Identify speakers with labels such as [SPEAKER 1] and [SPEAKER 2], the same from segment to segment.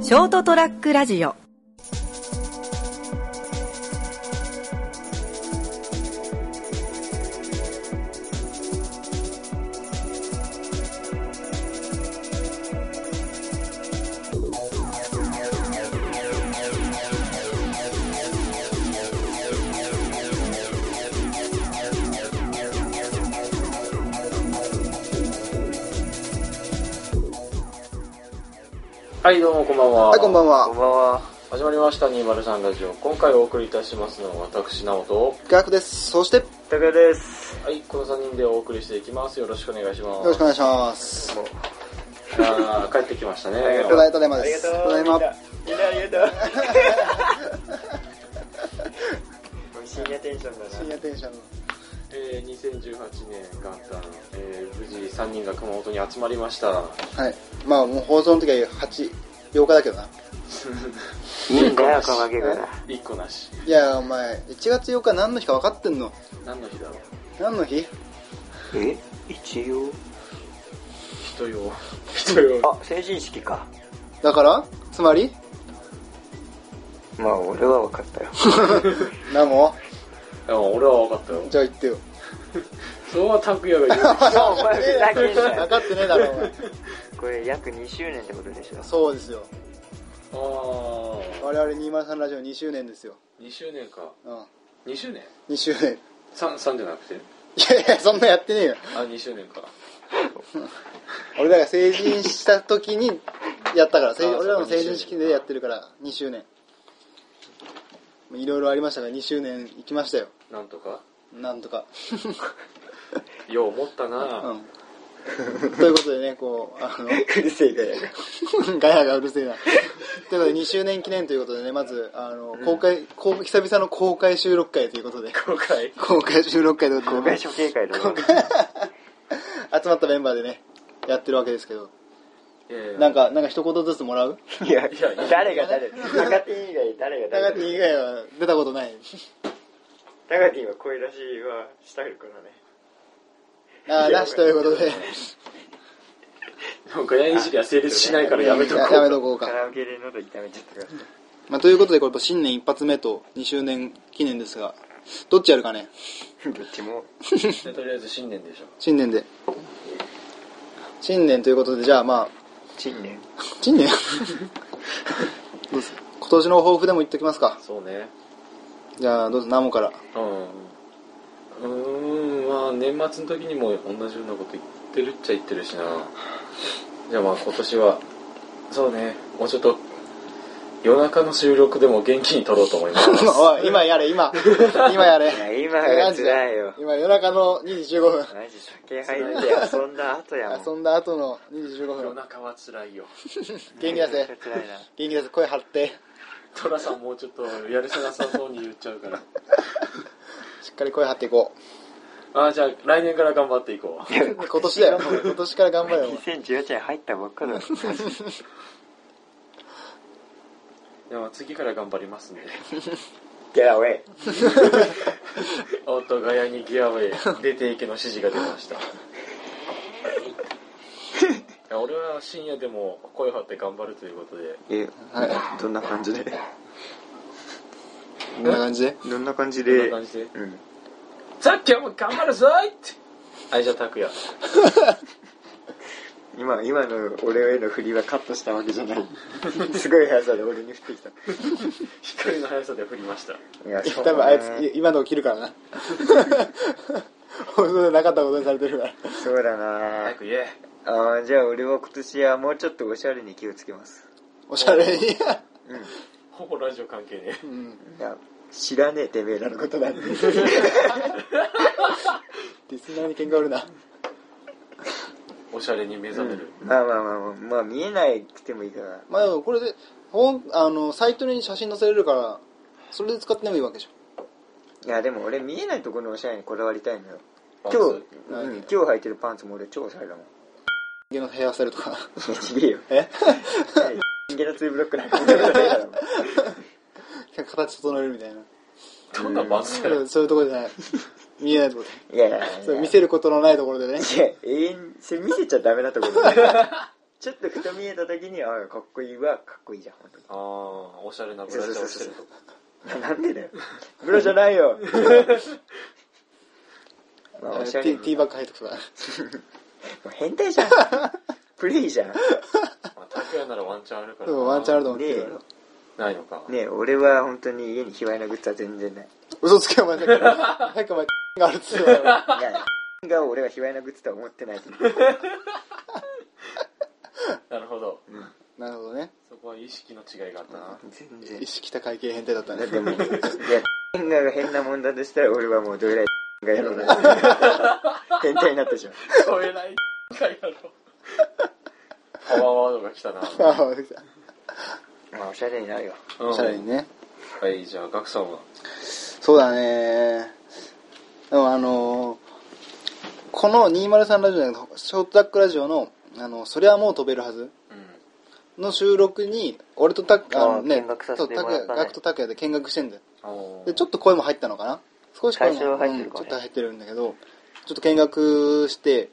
[SPEAKER 1] ショートトラックラジオ
[SPEAKER 2] はい、どうもこんばんは。
[SPEAKER 3] はい、こんばん
[SPEAKER 4] こん
[SPEAKER 3] は。
[SPEAKER 4] ばんは。
[SPEAKER 2] 始まりました、203ラジオ。今回お送りいたしますのは、私、直人。
[SPEAKER 3] ガクです。そして、よ
[SPEAKER 4] 高谷です。
[SPEAKER 2] はい、この3人でお送りしていきます。よろしくお願いします。
[SPEAKER 3] ろしくお願いします。
[SPEAKER 2] あー帰ってきましたね。
[SPEAKER 3] ただいまただいま
[SPEAKER 4] あ
[SPEAKER 3] で
[SPEAKER 4] りが
[SPEAKER 3] す。
[SPEAKER 4] とう。
[SPEAKER 3] ただいま。
[SPEAKER 4] みんなありがとう。深夜テンションだ
[SPEAKER 3] 深
[SPEAKER 4] な。
[SPEAKER 3] 夜テンションの。
[SPEAKER 2] えー、2018年元旦、えー、無事3人が熊本に集まりました。
[SPEAKER 3] はい。まあ、もう放送の時は8、8日だけどな。
[SPEAKER 4] いいんだよ、このゲ
[SPEAKER 3] グ
[SPEAKER 4] グ
[SPEAKER 3] な
[SPEAKER 2] 1個なし。
[SPEAKER 3] いや、お前、1月8日何の日か分かってんの
[SPEAKER 2] 何の日だろう。
[SPEAKER 3] 何の日
[SPEAKER 4] え一応
[SPEAKER 2] 人よ。人よ。
[SPEAKER 4] あ、成人式か。
[SPEAKER 3] だからつまり
[SPEAKER 4] まあ、俺は分かったよ。
[SPEAKER 3] なも
[SPEAKER 2] でも俺は分かったよ。
[SPEAKER 3] じゃあ言ってよ。
[SPEAKER 2] それは拓也が言う。
[SPEAKER 4] そう、お前ふざけんな
[SPEAKER 3] 分
[SPEAKER 4] よ。
[SPEAKER 3] かってねえだろ、お前。
[SPEAKER 4] これ約2周年ってことでしょ。
[SPEAKER 3] そうですよ。
[SPEAKER 2] あ
[SPEAKER 3] 我々203ラジオ2周年ですよ。
[SPEAKER 2] ー、2周年か。
[SPEAKER 3] うん。
[SPEAKER 2] 2周年
[SPEAKER 3] 2周年。
[SPEAKER 2] ?3、3じゃなくて
[SPEAKER 3] いやいや、そんなやってねえよ。
[SPEAKER 2] あ、2周年か。
[SPEAKER 3] 俺らが成人した時にやったから、成
[SPEAKER 2] あー
[SPEAKER 3] 俺らの
[SPEAKER 2] そうか
[SPEAKER 3] 成人式でやってるから、2周年。いろいろありましたが、2周年行きましたよ。
[SPEAKER 2] なんとか。
[SPEAKER 3] なんとか。
[SPEAKER 2] よう思ったな、
[SPEAKER 3] うん。ということでね、こう、あ
[SPEAKER 4] うるせえだよ。
[SPEAKER 3] の、ガヤがうるせえな。ということで、2周年記念ということでね、まず、あの、公開、こう久々の公開収録会ということで、
[SPEAKER 2] 公開
[SPEAKER 3] 公開収録会ということ
[SPEAKER 4] 公
[SPEAKER 3] で
[SPEAKER 4] 開、処刑会だろ。
[SPEAKER 3] 集まったメンバーでね、やってるわけですけど、
[SPEAKER 2] いやいや
[SPEAKER 3] なんか、なんか一言ずつもらう
[SPEAKER 4] いや
[SPEAKER 2] いや、
[SPEAKER 4] 誰が誰高谷以外誰が
[SPEAKER 3] ダガ
[SPEAKER 4] 誰
[SPEAKER 3] ティ以外は出たことない。
[SPEAKER 4] 高谷は声出しはしたいからね。
[SPEAKER 3] ああ、なしということで。
[SPEAKER 2] なんかやりじりは成立しないからやめとこ
[SPEAKER 3] やめとこう
[SPEAKER 4] カ
[SPEAKER 3] か。
[SPEAKER 4] ラオケで喉痛めちゃったから。
[SPEAKER 3] まあ、ということで、これも新年一発目と2周年記念ですが、どっちやるかね
[SPEAKER 4] どっちも。
[SPEAKER 2] う。とりあえず新年でしょ。
[SPEAKER 3] 新年で。新年ということで、じゃあまあ、
[SPEAKER 4] 新年。
[SPEAKER 3] 新年どうする今年の抱負でも言っときますか。
[SPEAKER 2] そうね。
[SPEAKER 3] じゃあ、どうぞ、ナモから。
[SPEAKER 2] うん。うーん、まあ年末の時にも同じようなこと言ってるっちゃ言ってるしな。じゃあまあ今年は、そうね、もうちょっと夜中の収録でも元気に撮ろうと思います。
[SPEAKER 3] おい、今やれ、今。今やれ。
[SPEAKER 4] いや、今が辛いよ。
[SPEAKER 3] 今、夜中の2時15分。
[SPEAKER 4] マジ酒入って遊んだ後やもん。
[SPEAKER 3] 遊んだ後の2時15
[SPEAKER 2] 夜
[SPEAKER 3] 分。
[SPEAKER 2] 中は辛いよ。
[SPEAKER 3] 元気出
[SPEAKER 4] めっ
[SPEAKER 3] せ
[SPEAKER 4] ちゃ。 辛いな。
[SPEAKER 3] 元気出せ。声張って。
[SPEAKER 2] トラさんもうちょっとやるせなさそうに言っちゃうから。
[SPEAKER 3] しっかり声張っていこう。
[SPEAKER 2] あーじゃあ来年から頑張っていこう。
[SPEAKER 3] 今年だよ。今年から頑張れよ。お前
[SPEAKER 4] 2018年入ったばっかだ。
[SPEAKER 2] では次から頑張りますんで。
[SPEAKER 4] ゲラウェイ。
[SPEAKER 2] おっと、ガヤにギアウェイ、出ていけの指示が出ま した。いや俺は深夜でも声張って頑張るということで、
[SPEAKER 5] え、
[SPEAKER 3] はい。
[SPEAKER 5] どんな感じで
[SPEAKER 3] こんな感じで。
[SPEAKER 5] どんな感じ
[SPEAKER 2] こんな
[SPEAKER 5] で
[SPEAKER 2] 感じで、
[SPEAKER 5] うん。
[SPEAKER 2] さっきはもう頑張るぞいって。はい、じゃあ、拓也。
[SPEAKER 5] 今、今の俺への振りはカットしたわけじゃ ない。すごい速さで俺に振ってきた。
[SPEAKER 2] 光の速さで振りました。
[SPEAKER 5] いや、
[SPEAKER 3] 多
[SPEAKER 5] そうだ
[SPEAKER 3] 分
[SPEAKER 5] な
[SPEAKER 3] あいつい今のを切るからな 放送でなかったことにされてるから
[SPEAKER 5] そうだな
[SPEAKER 2] 早く言え。
[SPEAKER 5] あーじゃあ俺は今年はもうちょっとおしゃれに気をつけます。
[SPEAKER 3] おしゃれに
[SPEAKER 2] ほぼラジオ関係ねえ。
[SPEAKER 5] いや、知らねえてめえらのことなんで。
[SPEAKER 3] リスナーに喧嘩売るな
[SPEAKER 2] おしゃれに目覚める。
[SPEAKER 5] まあまあまあまあ、まあ見えなくてもいいから。
[SPEAKER 3] まあでもこれでほんあのサイトに写真載せれるからそれで使ってもいいわけでし
[SPEAKER 5] いや、でも俺見えないところのおしゃれにこだわりたいのよ。
[SPEAKER 2] パン
[SPEAKER 5] 今
[SPEAKER 2] ツ
[SPEAKER 5] 日、うん、今日履いてるパンツも俺超おしゃれだもん。
[SPEAKER 3] ょ家のヘアスタイルとか
[SPEAKER 5] いや、ちげえよ。
[SPEAKER 3] え
[SPEAKER 5] 人間のツーブロックなんか見たことないだろ。
[SPEAKER 3] 形整えるみたいな
[SPEAKER 2] どんなバズだよ。
[SPEAKER 3] そういうところじ ゃない見えないところ
[SPEAKER 5] いやいやいや
[SPEAKER 3] でそう見せることのないところでね
[SPEAKER 5] いや、永遠、それ見せちゃダメなところだよちょっとふと見えた時に、ああ、かっこいいわ、かっこいいじゃん、本当に
[SPEAKER 2] ああおしゃれなブラジャーをしてるとか
[SPEAKER 5] ななんでだよ。ブロじゃないよ。まあ、おしゃれ
[SPEAKER 3] T
[SPEAKER 5] に。
[SPEAKER 3] ティーバッグ入っとくとか。
[SPEAKER 5] もう変態じゃん。プレイじゃん。
[SPEAKER 2] まあ拓也ならワンチャンあるから
[SPEAKER 3] で
[SPEAKER 2] な
[SPEAKER 3] もワンチャンあると思っ
[SPEAKER 5] ね
[SPEAKER 3] て
[SPEAKER 5] え
[SPEAKER 3] るから。
[SPEAKER 2] ないのか、
[SPEAKER 5] ねえ俺は本当に家に卑猥なグッズは全然ない。
[SPEAKER 3] 嘘つけ お前さっき。早くお前 があるっつってたよ。
[SPEAKER 5] いや、が俺は卑猥なグッズとは思ってないと思う。
[SPEAKER 2] なるほど
[SPEAKER 3] なるほどね。
[SPEAKER 2] そこは意識の違いがあったな、
[SPEAKER 5] 全然
[SPEAKER 3] 意。識高い系変態だった
[SPEAKER 5] だ
[SPEAKER 3] ね
[SPEAKER 5] っ。てもう、いや、が変なもんだとしたら俺はもうどれらいがやろうな。変態になったじゃん。
[SPEAKER 2] 超えない回だろパワーワードが来た な
[SPEAKER 3] ああ、出てきた
[SPEAKER 5] まあ、おしゃれになるよ。
[SPEAKER 2] うん
[SPEAKER 3] おしゃれにね。
[SPEAKER 2] はいじゃあガクさんは
[SPEAKER 3] そうだね。でもあのーこの203ラジオじゃなくて、ショートタックラジオの、あの、それはもう飛べるはず
[SPEAKER 2] うん
[SPEAKER 3] の収録に、俺とタク、あのね、
[SPEAKER 4] 見学させてもらったね
[SPEAKER 3] そう拓也ガクとタクヤで見学してんだよ。
[SPEAKER 2] あの
[SPEAKER 3] で、ちょっと声も入ったのかな少し声も
[SPEAKER 4] 多少入ってるかね
[SPEAKER 3] うんちょっと入ってるんだけど、ちょっと見学して、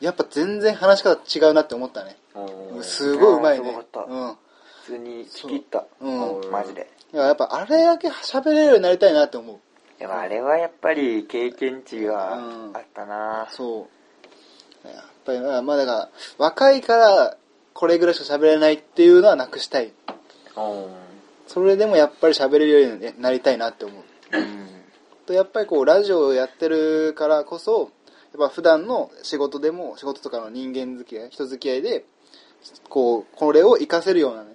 [SPEAKER 3] やっぱ全然話し方違うなって思ったね。
[SPEAKER 2] と
[SPEAKER 3] すごい上手
[SPEAKER 4] あ
[SPEAKER 3] いね。
[SPEAKER 4] ーすごかった
[SPEAKER 3] うん。
[SPEAKER 4] 普通に聞き入った。
[SPEAKER 3] うん。
[SPEAKER 2] うん
[SPEAKER 4] マジで。
[SPEAKER 3] いややっぱあれだけ喋れるようになりたいなって思う。
[SPEAKER 4] でもあれはやっぱり経験値があったな
[SPEAKER 3] そう。やっぱり、まあだから、若いからこれぐらいしか喋れないっていうのはなくしたい。それでもやっぱり喋れるようになりたいなって思う。とやっぱりこうラジオをやってるからこそやっぱ普段の仕事でも仕事とかの人間付き合い人付き合いでこうこれを活かせるようなね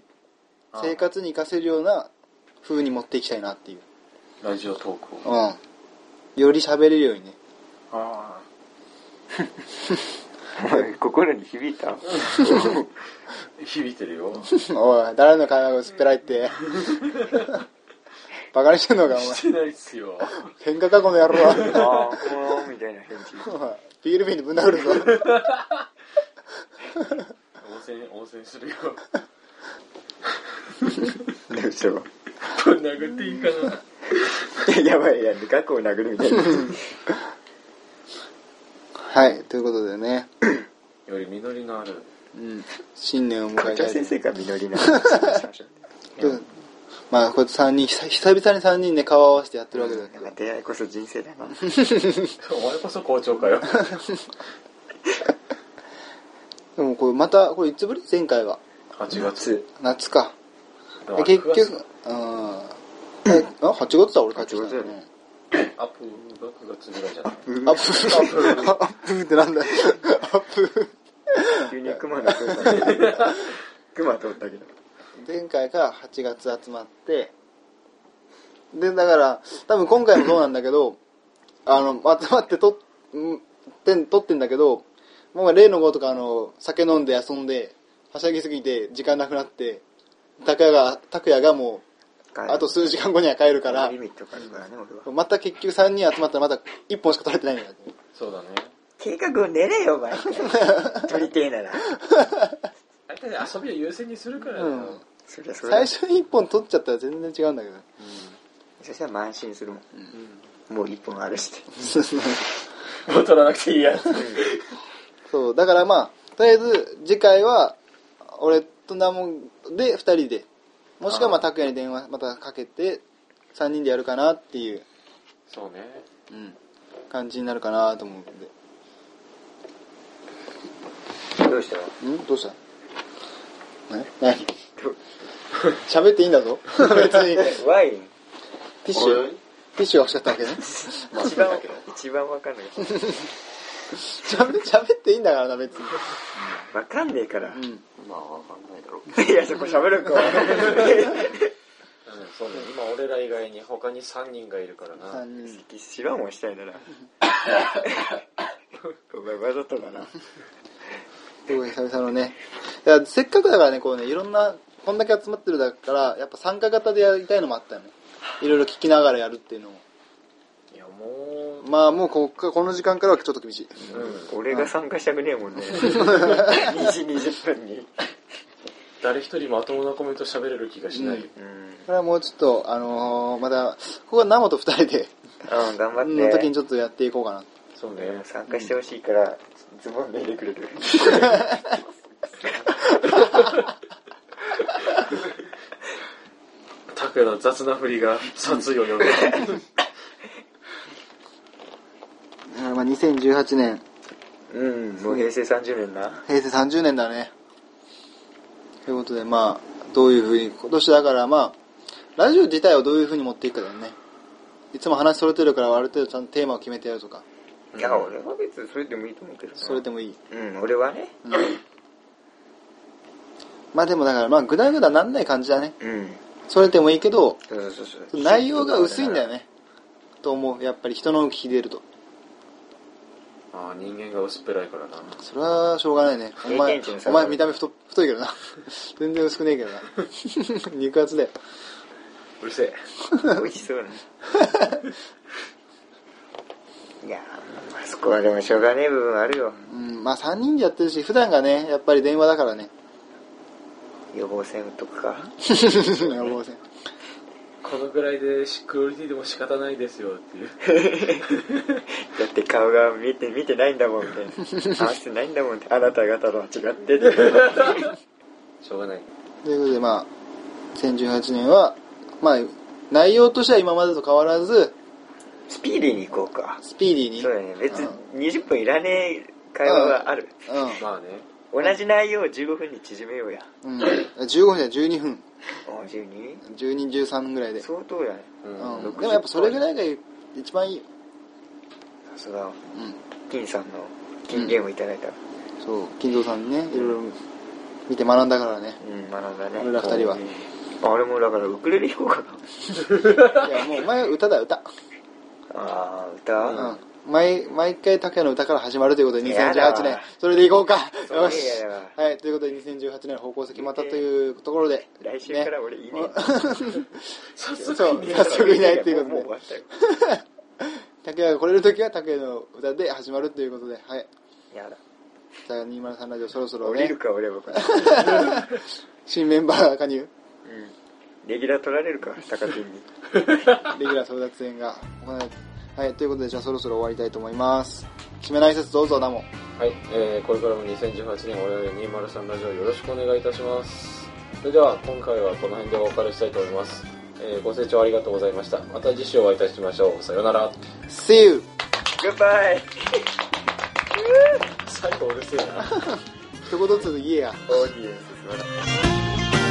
[SPEAKER 3] 生活に活かせるような風に持っていきたいなっていう
[SPEAKER 2] ラジオトークを
[SPEAKER 3] うんより喋れるようにね
[SPEAKER 2] あ
[SPEAKER 4] うん。心に響いた
[SPEAKER 2] あ響いてる よ
[SPEAKER 3] おい誰の会話が薄っぺらいって バカにしてんのかお前
[SPEAKER 2] してないっすよ
[SPEAKER 3] 喧嘩かこの野郎
[SPEAKER 4] あ
[SPEAKER 3] は
[SPEAKER 4] あ、こうみたいな返事。
[SPEAKER 3] おいビール瓶でぶん殴るぞ
[SPEAKER 2] 応戦応戦するよ
[SPEAKER 5] どうしよ
[SPEAKER 2] これ殴っていいかな
[SPEAKER 5] う。やばい、やばい、ガクを殴るみたいな。
[SPEAKER 3] はいということでね、
[SPEAKER 2] より実りのある
[SPEAKER 3] うん、新年を迎
[SPEAKER 5] 校
[SPEAKER 3] えた
[SPEAKER 5] 長
[SPEAKER 3] いと
[SPEAKER 5] 先生が実りな話をしましょう。
[SPEAKER 3] うんまあこうやって3人久久々に3人で顔合わせてやってるわけだけど
[SPEAKER 5] なんか出会いこそ人生だな。
[SPEAKER 2] お前こそ校長か よ
[SPEAKER 3] でもこれまたこれいつぶり前回は
[SPEAKER 2] 8月
[SPEAKER 3] 夏か
[SPEAKER 2] でも
[SPEAKER 3] え
[SPEAKER 2] あれ
[SPEAKER 3] 結
[SPEAKER 2] 9月
[SPEAKER 3] 局うんあ8月だ俺帰ってきたの
[SPEAKER 5] 8月
[SPEAKER 2] ア
[SPEAKER 5] だ
[SPEAKER 2] ップが9月ぐらいじゃない
[SPEAKER 3] うんアップ アップってなんだよアップ
[SPEAKER 5] 急に熊の通ったけど。熊通ったけど。
[SPEAKER 3] 前回から8月集まってでだから多分今回もそうなんだけどあの集まって撮ってん撮ってんだけどもう例のごとかあの酒飲んで遊んではしゃぎすぎて時間なくなって拓也が拓也がもうあと数時間後には帰るから
[SPEAKER 5] リミットがあるからね、俺は。
[SPEAKER 3] また結局3人集まったらまた1本しか取れてないんだよね
[SPEAKER 2] そうだね
[SPEAKER 5] 計画を練れよ、お前。取りてえなら。
[SPEAKER 2] 大体遊びを優先にするからだよ、
[SPEAKER 3] うん
[SPEAKER 5] そりゃそうだ
[SPEAKER 3] 最。初に1本取っちゃったら全然違うんだけ ど
[SPEAKER 5] そしたら慢心するもん。
[SPEAKER 2] う
[SPEAKER 5] もう一本あるして。
[SPEAKER 2] ん、もう取らなくていいや
[SPEAKER 3] そうだからまあとりあえず次回は俺とナモンで2人でもしくはまあ
[SPEAKER 2] あー
[SPEAKER 3] 拓也に電話またかけて3人でやるかなっていう、
[SPEAKER 2] そうね
[SPEAKER 3] うん感じになるかなと思うんで
[SPEAKER 5] どうしたの
[SPEAKER 3] んどうしたえ何喋っていいんだぞ別にテ
[SPEAKER 5] ワイン。
[SPEAKER 3] ィッシュティッシュが欲しかったわけね
[SPEAKER 5] 一番、一番わかんない。
[SPEAKER 3] 喋喋っていいんだからな別に
[SPEAKER 5] わかんねえから。
[SPEAKER 3] うん
[SPEAKER 2] まあわかんないだろうけど
[SPEAKER 5] いや、そこ喋るか。
[SPEAKER 2] うんそうね今俺ら以外に他に3人がいるからな
[SPEAKER 3] 3人
[SPEAKER 5] 白もしたいなら。お前わざとだな。
[SPEAKER 3] すごい久々のねいやせっかくだからねこうねいろんなこんだけ集まってるだからやっぱ参加型でやりたいのもあったよねいろいろ聞きながらやるっていうのも
[SPEAKER 2] いやもう
[SPEAKER 3] まあもうこっからこの時間からはちょっと厳しい
[SPEAKER 2] うん
[SPEAKER 5] 俺が参加したくねえもんね。2時20分に。
[SPEAKER 2] 誰一人まともなコメント喋れる気がしない、
[SPEAKER 3] うん
[SPEAKER 5] うん。
[SPEAKER 3] これはもうちょっとあのーまたここはナモと2人で
[SPEAKER 5] うん、頑張
[SPEAKER 3] の時に
[SPEAKER 5] って。
[SPEAKER 3] ちょっとやっていこうかな
[SPEAKER 2] そうね
[SPEAKER 5] 参加してほしいから、ズボン脱いでくれる。
[SPEAKER 2] けど雑な振りが殺意を呼ぶ。
[SPEAKER 3] あまあ、2018年、
[SPEAKER 5] うん、もう平成30年な。
[SPEAKER 3] 平成30年だね。ということで、まあ、どういうふうに、今年だからまあ、ラジオ自体をどういうふうに持っていくかだよね。いつも話それてるから、ある程度ちゃんとテーマを決めてやるとか、
[SPEAKER 5] いや、俺は別にそれでもいいと思うけどな。
[SPEAKER 3] それでもいい。
[SPEAKER 5] うん、俺はね。
[SPEAKER 3] うん、まあでもだから、まあ、ぐだぐだなんない感じだね。
[SPEAKER 5] うん。
[SPEAKER 3] それでもいいけど、
[SPEAKER 5] そうそうそうそう。
[SPEAKER 3] 内容が薄いんだよね。と思う。やっぱり人の聞いてると。
[SPEAKER 2] ああ、人間が薄っぺらいからな。
[SPEAKER 3] それはしょうがないね。お
[SPEAKER 5] 経
[SPEAKER 3] 前
[SPEAKER 5] 験値の、差
[SPEAKER 3] お
[SPEAKER 5] があ
[SPEAKER 3] 前
[SPEAKER 5] る
[SPEAKER 3] 見た目太太いけどな。 全然薄くねえけどな。 肉厚だよ。
[SPEAKER 2] うるせ え。
[SPEAKER 5] 美味しそうな。いやー、まあそこはでもしょうがねえ部分あるよ。
[SPEAKER 3] うん、まあ3人でやってるし、普段がね、やっぱり電話だからね。
[SPEAKER 5] 予防線打っとくか。
[SPEAKER 3] 予防線。
[SPEAKER 2] このぐらいでしクオリティでも仕方ないですよ っていう。
[SPEAKER 5] だって顔が見て見てないんだもんみたい な。合わせてないんだもんって。あなた方とは違ってって。
[SPEAKER 2] しょうがない。
[SPEAKER 3] ということで、まあ、2018年は、まあ、内容としては今までと変わらず、
[SPEAKER 5] スピーディーに行こうか。
[SPEAKER 3] スピーディーに。
[SPEAKER 5] そうだね。別に
[SPEAKER 3] うん
[SPEAKER 5] 20分いらねえ会話がある。
[SPEAKER 2] まあね。
[SPEAKER 5] 同じ内容を15分に縮めようや。
[SPEAKER 3] うん。うん。15分じゃ12分。
[SPEAKER 5] お、12?
[SPEAKER 3] 12、13ぐらいで。
[SPEAKER 5] 相当やね。
[SPEAKER 2] う。
[SPEAKER 3] うんん。でもやっぱそれぐらいが一番いいよ。
[SPEAKER 5] さすが、
[SPEAKER 3] うん。
[SPEAKER 5] 金さんの金言をいただいた。
[SPEAKER 3] そう、金蔵さんにね、いろいろ見て学んだから ね。
[SPEAKER 5] うん、学んだね。
[SPEAKER 3] 俺ら二人は
[SPEAKER 5] あ俺もだからウクレレ弾こうかな。
[SPEAKER 3] いや、もうお前は歌だ、歌。
[SPEAKER 5] あー、歌、
[SPEAKER 3] うん。毎、毎回拓也の歌から始まるということで、
[SPEAKER 5] やだ
[SPEAKER 3] 2018年。それでいこうか。
[SPEAKER 5] そう
[SPEAKER 3] よし
[SPEAKER 5] いやいや。
[SPEAKER 3] はい、ということで2018年の方向性決まったというところで。
[SPEAKER 5] 来週から俺いねえ
[SPEAKER 3] ね
[SPEAKER 2] 早
[SPEAKER 3] そう、
[SPEAKER 2] 速に
[SPEAKER 3] 早速いないという
[SPEAKER 5] もう
[SPEAKER 3] こ
[SPEAKER 5] 終
[SPEAKER 3] と で。
[SPEAKER 5] わったよ。
[SPEAKER 3] 拓也が来れるときは拓也の歌で始まるということで。はい。
[SPEAKER 5] やだ。
[SPEAKER 3] じゃあ203ラジオそろそろ
[SPEAKER 5] 降り
[SPEAKER 3] ね
[SPEAKER 5] る、か、俺はこれ。
[SPEAKER 3] 新メンバー加入、
[SPEAKER 5] うん。レギュラー取られるか、高君に。
[SPEAKER 3] レギュラー争奪戦が行われて。はい、ということで、じゃあそろそろ終わりたいと思います。締めの挨拶どうぞ、ナモ。
[SPEAKER 2] はい、えー、これからも2018年我々203ラジオよろしくお願いいたします。それでは今回はこの辺でお別れしたいと思います。えー、ご清聴ありがとうございました。また次週お会いいたしましょう。さようなら。
[SPEAKER 3] See you!
[SPEAKER 5] グッバイ
[SPEAKER 2] 最後うるせえな。
[SPEAKER 3] 一言ずつ言えや。
[SPEAKER 5] オーディエンス素晴らしい。